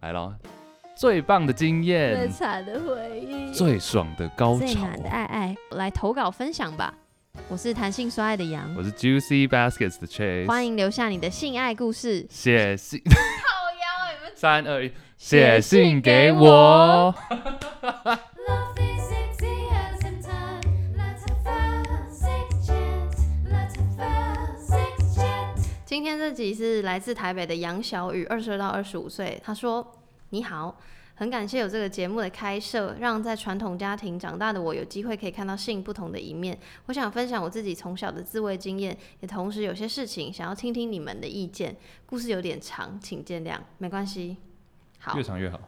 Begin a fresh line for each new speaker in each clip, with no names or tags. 来咯，最棒的经
最
验，
惨的回忆，
最爽的高
最
潮哦
暖。的爱爱，来投稿分享吧。我是弹性说爱的羊，
我是 Juicy Baskets 的 Chase，
欢迎留下你的性爱故事。
写 信
靠腰你们
三二一，
写
写
信
信
给
给
我
我。
Love is easy as in time. Let's have a six chance. Let's have a six chance.
今天这集是来自台北的杨小雨，二十二到二十五岁。他说：“你好，很感谢有这个节目的开设，让在传统家庭长大的我有机会可以看到性不同的一面。我想分享我自己从小的自慰经验，也同时有些事情想要听听你们的意见。故事有点长，请见谅，没关系。”好
越，长越好。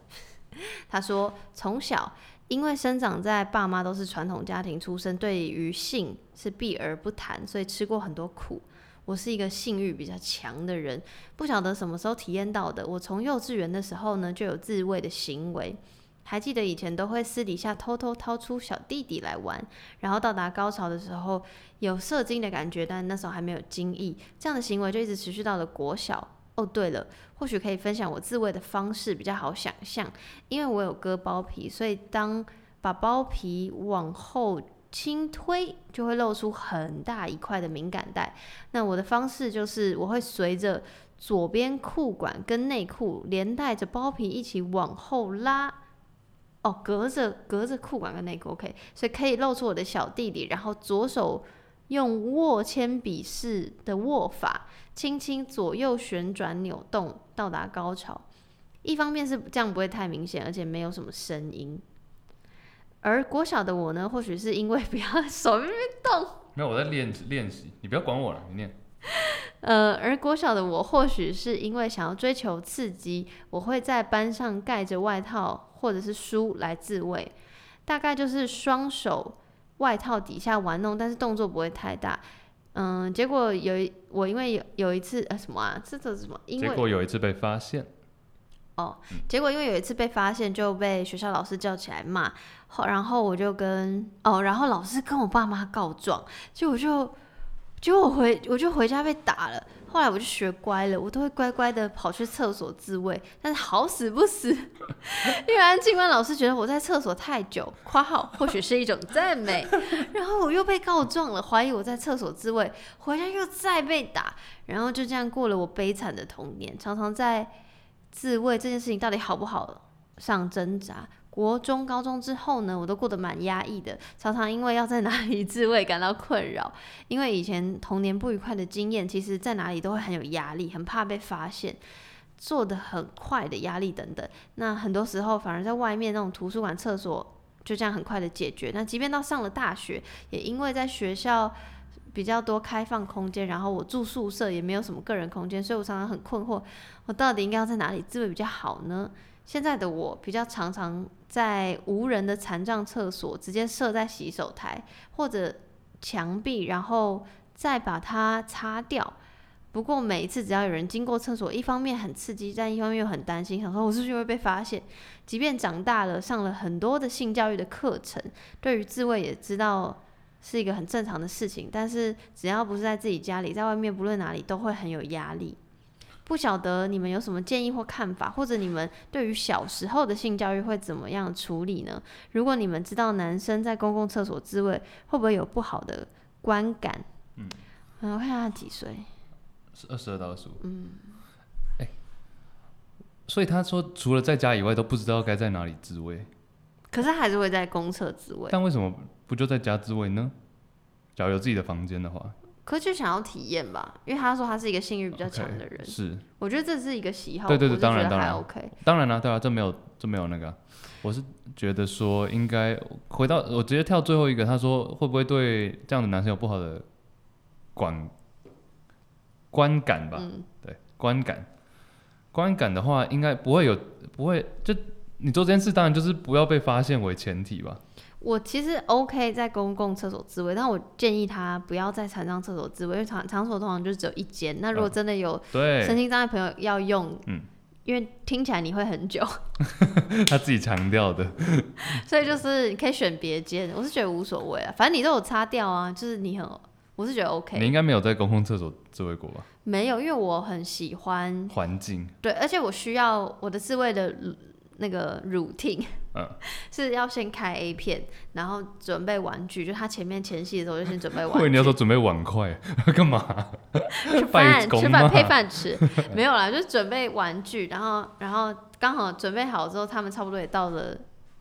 他说从小因为生长在爸妈都是传统家庭出身，对于性是避而不谈，所以吃过很多苦。我是一个性欲比较强的人，不晓得什么时候体验到的。我从幼稚园的时候呢就有自慰的行为，还记得以前都会私底下偷偷掏出小弟弟来玩，然后到达高潮的时候有射精的感觉，但那时候还没有精液。这样的行为就一直持续到了国小。哦，对了，或许可以分享我自慰的方式，比较好想象。因为我有割包皮，所以当把包皮往后轻推，就会露出很大一块的敏感带。那我的方式就是，我会随着左边裤管跟内裤连带着包皮一起往后拉。哦，隔着隔着裤管跟内裤，OK，所以可以露出我的小弟弟，然后左手用握铅笔式的握法，轻轻左右旋转扭动，到达高潮。一方面是这样不会太明显，而且没有什么声音。而国小的我呢，或许是因为不要手边
没有，我在练练习，你不要管我了，你念。
呃，而国小的我或许是因为想要追求刺激，我会在班上盖着外套或者是书来自慰，大概就是双手外套底下玩弄，但是动作不会太大。嗯，结果有一我因为有有一次呃什么啊，这个什么？因
结
为
果有一次被发现，
结果因为有一次被发现，就被学校老师叫起来骂，后然后我就跟哦，然后老师跟我爸妈告状，结果我就结果我回我就回家被打了。后来我就学乖了，我都会乖乖的跑去厕所自慰，但是好死不死，因为安静班老师觉得我在厕所太久（括号或许是一种赞美），然后我又被告状了，怀疑我在厕所自慰，回家又再被打，然后就这样过了我悲惨的童年，常常在自慰这件事情到底好不好上挣扎。国中、高中之后呢，我都过得蛮压抑的，常常因为要在哪里自慰感到困扰。因为以前童年不愉快的经验，其实在哪里都会很有压力，很怕被发现，做的很快的压力等等。那很多时候反而在外面那种图书馆、厕所就这样很快的解决。那即便到上了大学，也因为在学校比较多开放空间，然后我住宿舍也没有什么个人空间，所以我常常很困惑，我到底应该要在哪里自慰比较好呢？现在的我比较常常在无人的残障厕所直接设在洗手台或者墙壁，然后再把它擦掉。不过每一次只要有人经过厕所，一方面很刺激，但一方面又很担心，想说我是不是会被发现。即便长大了，上了很多的性教育的课程，对于自慰也知道是一个很正常的事情，但是只要不是在自己家里，在外面不论哪里都会很有压力。不晓得你们有什么建议或看法，或者你们对于小时候的性教育会怎么样处理呢？如果你们知道男生在公共厕所自慰，会不会有不好的观感？嗯，我看一下他几岁，
是二十二到二十五。嗯。哎，所以他说除了在家以外都不知道该在哪里自慰，
可是他还是会在公厕自慰，
但为什么不就在家自慰呢？假如有自己的房间的话，
可是就想要体验吧，因为他说他是一个性欲比较
OK，
强的人
是，
我觉得这是一个喜好，
对对对
我就
当然
觉得
当
还
然
OK。
当然啦、对啊，这没有这没有那个啊、我是觉得说应该回到我直接跳最后一个，他说会不会对这样的男生有不好的观观感吧？
嗯
对，观感观感的话，应该不会有不会就你做这件事，当然就是不要被发现为前提吧。
我其实 OK 在公共厕所自慰，但我建议他不要在残障厕所自慰，因为场场所通常就只有一间。那
嗯
如果真的有身
对，
心障碍朋友要用，
嗯
因为听起来你会很久，
他自己强调的，
所以就是你可以选别间，我是觉得无所谓啊，反正你都有擦掉啊，就是你很，我是觉得
你
OK，
应该没有在公共厕所自慰过吧？
没有，因为我很喜欢，
环境，
对，而且我需要我的自慰的 ru- 那个 routine，
嗯
是要先开 A 片，然后准备玩具，就他前面前戏的时候就先准备玩
或者
具，
你要说准备碗筷 干嘛？
吃
拜
饭
公
吃饭
嘛
配饭吃，没有啦，就准备玩具，然后然后刚好准备好之后，他们差不多也到了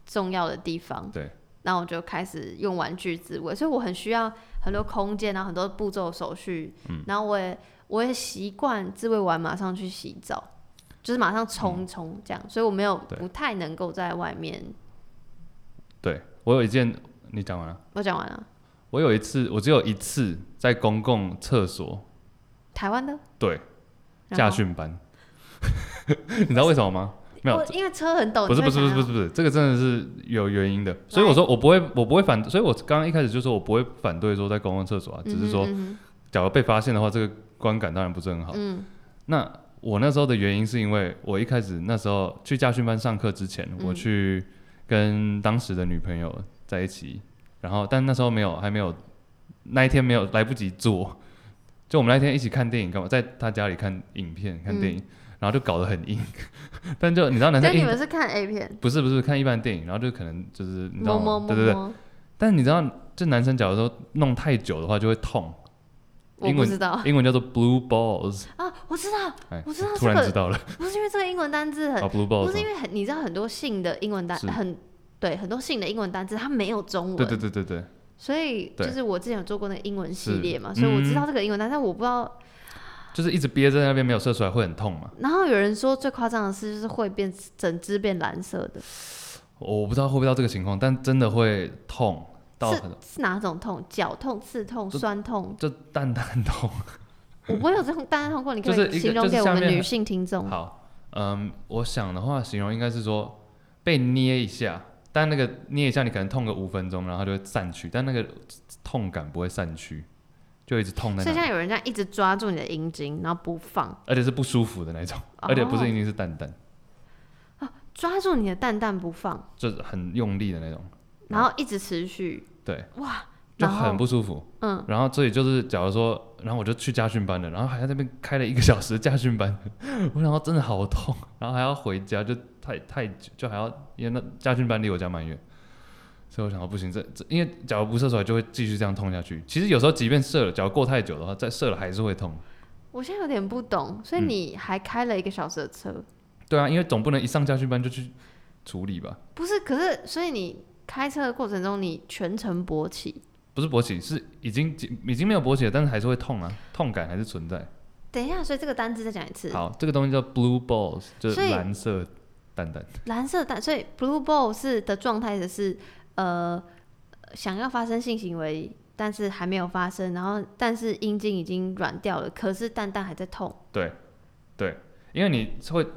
重要的地方，
对，
然后我就开始用玩具自慰，所以我很需要很多空间，然后很多步骤手续，
嗯
然后我也我也习惯自慰完马上去洗澡，就是马上冲一冲这样，所以我没有
嗯对
不太能够在外面，
对我有一件，你讲完了。
我讲完了，
我有一次，我只有一次在公共厕所，
台湾的
对，
然
驾
后
训班， 你知道为什么吗？没有
我，因为车很陡，
不是
你
不
会
是不是
想
不
要
是不是，这个真的是有原因的。所以我说我不会我不会反，所以我刚刚一开始就说我不会反对说在公共厕所啊，只是说
嗯
假如被发现的话，这个观感当然不是很好
哼。嗯
那我那时候的原因是因为我一开始那时候去驾训班上课之前，
嗯
我去跟当时的女朋友在一起，然后但那时候没有还没有那一天没有来不及做，就我们那天一起看电影干嘛，在她家里看影片看电影，然后就搞得很硬， 但就你知道男
嗯，所
生
嗯以你
硬
们是看 A 片，
不是不是看一般电影，然后就可能就是你知道吗？
摸摸摸摸，
对对对。但你知道，就男生假如说弄太久的话就会痛，
我
英
不
文
知道
英文叫做 blue balls。
啊，我知道，
哎
我知道
突
这
然
个
知道了
不是因为啊这个英文单字
啊
很，
，blue
不是因
balls。
为很，你知道很多性的英文单
是
很对，很多性的英文单字它没有中文，
哦对对对对对，
所以就
对
是我之前有做过那个英文系
是
列嘛，所以我知
嗯
道这个英文单，但我不知道。
就是一直憋在那边没有射出来会很痛嘛？
然后有人说最夸张的是，就是会变整只变蓝色的，
我不知道会不会到这个情况，但真的会痛到
是
很
是哪种痛？绞痛、刺痛、
就
酸痛？
就蛋蛋痛。
我不会有这种单痛过，你可
就是
以
一个
形容
就是
给我
下
们
面
女
很
性听众。
好，嗯，我想的话形容应该是说被捏一下，但那个捏一下你可能痛个五分钟，然后它就会散去，但那个痛感不会散去，就一直痛在
所
那
以
里
像有人这样一直抓住你的阴茎，然后不放，
而且是不舒服的那种，
哦
而且不是一定是蛋蛋，
抓住你的蛋蛋不放，
就是很用力的那种，
然后一直持续，
对，
哇，
就
然后
很不舒服。
嗯，
然后所以就是，假如说，然后我就去家训班了，然后还在那边开了一个小时的家训班， 我想到真的好痛，然后还要回家，就太太久，就还要因为那家训班离我家蛮远，所以我想到不行，这这因为假如不射出来就会继续这样痛下去。其实有时候即便射了，假如过太久的话，再射了还是会痛。
我现在有点不懂，所以
嗯
你还开了一个小时的车，
对啊，因为总不能一上家训班就去处理吧？
不是？可是，所以你开车的过程中，你全程勃起。
不是勃起，是已经已经没有勃起了，但是还是会痛啊，痛感还是存在。
等一下，所以这个单字再讲一次，
好，这个东西叫 blue balls，就是
所以
蓝色蛋蛋。
蓝色单，所以 blue ball 是的状态的是呃想要发生性行为，但是还没有发生，然后但是阴茎已经软掉了，可是蛋蛋还在痛，
因为你会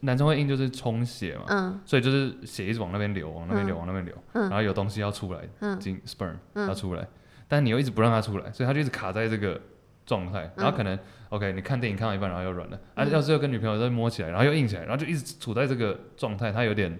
男生会硬就是充血嘛，
嗯
所以就是血一直往那边流，往那边流，
嗯
往那边流，
嗯
然后有东西要出来，
嗯
进 sperm
嗯
要出来，但你又一直不让它出来，所以它就一直卡在这个状态，然后可能、OK，你看电影看到一半，然后又软了，啊，
嗯
要是又跟女朋友再摸起来，然后又硬起来，然后就一直处在这个状态，他有点。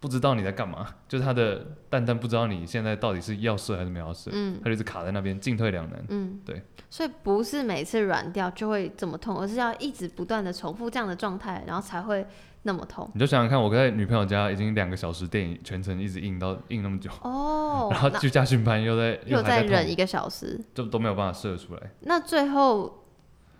不知道你在干嘛，就是他的蛋蛋不知道你现在到底是要射还是没有要射，
嗯
他就一直卡在那边，进退两难。
嗯，
对，
所以不是每次软掉就会这么痛，而是要一直不断的重复这样的状态，然后才会那么痛。
你就想想看，我在女朋友家已经两个小时电影全程一直硬到硬那么久，
哦，
然后
那
去驾训班又在
又
还
再
痛
忍一个小时，
就都没有办法射出来。
那最后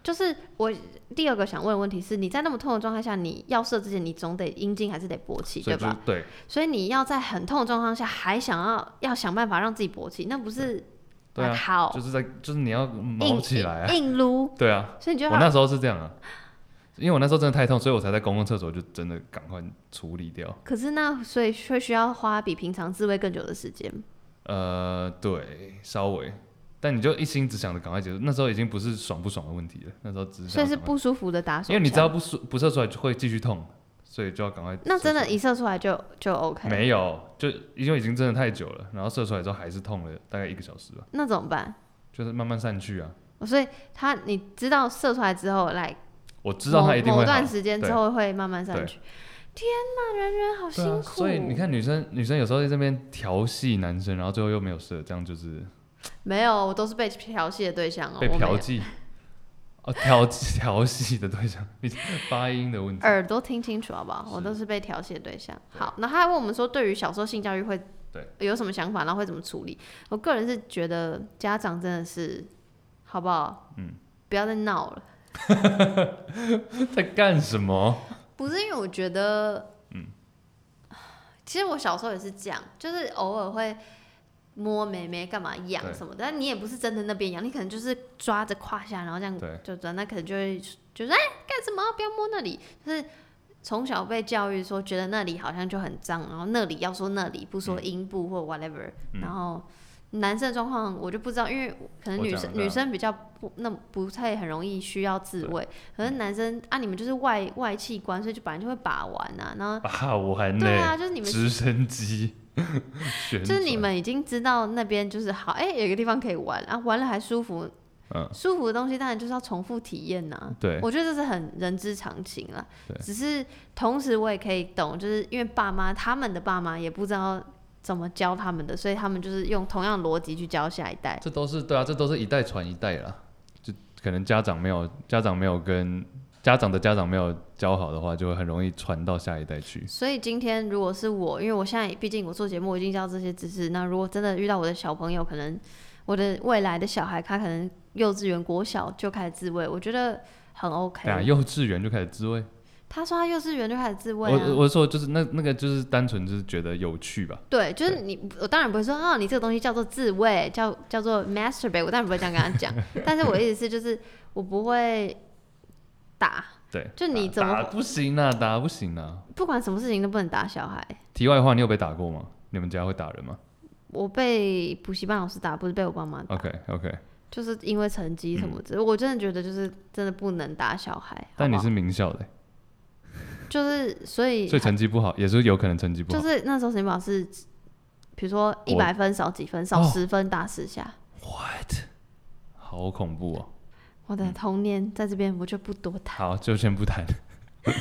就是我第二个想问的问题是，你在那么痛的状态下，你要射之前，你总得阴茎还是得勃起，
所
对
以就是
吧？
对，
所以你要在很痛的状况下，还想要要想办法让自己勃起，那不是
对啊
好
就是在就是你要
硬
毛起来啊，
硬硬撸？
对啊，
所以你就
我
要
那时候是这样啊，因为我那时候真的太痛，所以我才在公共厕所就真的赶快处理掉。
可是那所以会需要花比平常自慰更久的时间。
呃，对，稍微，但你就一心只想着赶快结束，那时候已经不是爽不爽的问题了，那时候只是
所
想
以
要
是
赶快，
不舒服的打手
因为你知
枪
道不射不射出来就会继续痛，所以就要赶快射出来。
那真的一射出来就就 OK，
没有，就因为已经真的太久了，然后射出来之后还是痛了大概一个小时吧，
那怎么办？
就是慢慢散去啊。
所以他你知道射出来之后，来
我知道它一定
某
会
某
好。
段时间之后会慢慢上去。天哪，人人好
对
辛苦。
啊，所以你看，女生女生有时候在这边调戏男生，然后最后又没有射，这样就是
没有，我都是被调戏的对象哦。
被
我没有
嫖。妓。哦，调 调戏的对象， 你发音的 问题。
耳朵听清楚好不好？我
是
都是被调戏的对象。
对
好，那他还问我们说，对于小时候性教育会
对
有什么想法，然后会怎么处理？我个人是觉得家长真的是好不好？
嗯，
不要再闹了。
在干什么？
不是因为我觉得，嗯， 其实我小时候也是这样，就是偶尔会摸妹妹干嘛痒
对
什么的，但你也不是真的那边痒，你可能就是抓着胯下，然后这样
对
就抓，那可能就会就是哎干什么不要摸那里，就是从小被教育说觉得那里好像就很脏，然后那里要说那里，不说阴部或 whatever，、
嗯
然后。男生的状况我就不知道，因为可能
我
女
讲啊
生
得到
女生比较不那不太很容易需要自慰，可是男生啊，你们就是外外器官，所以就本来就会把玩呐、啊。然后
啊，我还
对
呢，
啊，就是你们
直升机， 旋
就是你
转，
们已经知道那边就是好，哎、有个地方可以玩啊，玩了还舒服，
嗯，
舒服的东西当然就是要重复体验呐、
对
我觉得这是很人之常情啦
对。
只是同时我也可以懂，就是因为爸妈他们的爸妈也不知道怎么教他们的，所以他们就是用同样的逻辑去教下一代。
这都是对啊，这都是一代传一代啦。就可能家长没有家长没有跟家长的家长没有教好的话，就会很容易传到下一代去。
所以今天如果是我，因为我现在毕竟我做节目，我已经知道这些知识。那如果真的遇到我的小朋友，可能我的未来的小孩，他可能幼稚园、国小就开始自慰，我觉得很 OK。
啊，幼稚园就开始自慰。
他说他幼稚园就开始自慰、啊，
我我说就是那那个就是单纯就是觉得有趣吧，
对，就是你，我当然不会说啊，你这个东西叫做自慰，叫叫做 masturbate，我当然不会这样跟他 讲。但是我的意思是，就是我不会打，
对。
就你
打
怎么
打不行啊？打不行啊！
不管什么事情都不能打小孩。
题外话，你有被打过吗？你们家会打人吗
我被补习班老师打，不是被我爸妈打。
？OK OK，
就是因为成绩什么之类，我真的觉得就是真的不能打小孩。
嗯但你
好不啊
是名校的欸、
好就是所以
所以成绩不好也是有可能成绩不
就
好。
是那时候陈宝是，比如说一
我
百分少几分，少
哦
十分打十下。
好恐怖哦！
我的童年在这边我就不多谈，
好，就先不谈。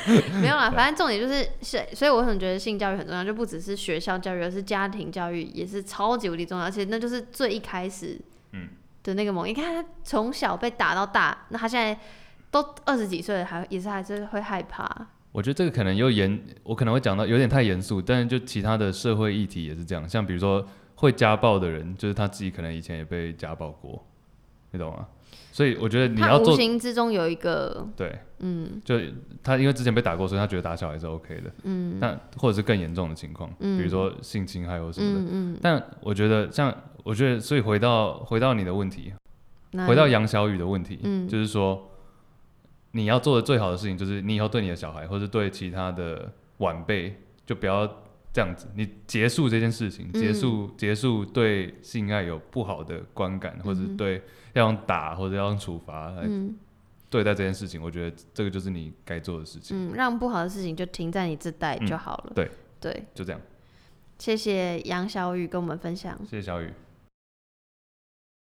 没有啦，反正重点就是是，所以我很觉得性教育很重要，就不只是学校教育，而是家庭教育也是超级无敌重要，而且那就是最一开始
嗯
的那个梦。你看他从小被打到大，那他现在都二十几岁了，还也是还是会害怕。
我觉得这个可能又严，我可能会讲到有点太严肃，但是就其他的社会议题也是这样，像比如说会家暴的人，就是他自己可能以前也被家暴过，你懂吗？所以我觉得你
他
要
无
做
形之中有一个
对，
嗯
就他因为之前被打过，所以他觉得打小孩是 OK 的，
嗯
但或者是更严重的情况，
嗯
比如说性侵害或什么的。
嗯嗯，
但我觉得像，我觉得，所以回到回到你的问题，
那
回到杨小雨的问题，
嗯
就是说，你要做的最好的事情就是，你以后对你的小孩或者对其他的晚辈，就不要这样子。你结束这件事情，
嗯
结束、结束对性爱有不好的观感，或者
嗯哼
对要用打或者要用处罚来
嗯
对待这件事情，我觉得这个就是你该做的事情。
嗯，让不好的事情就停在你这代
嗯
就好了。
对
对，
就这样，
谢谢杨小雨跟我们分享。
谢谢小雨，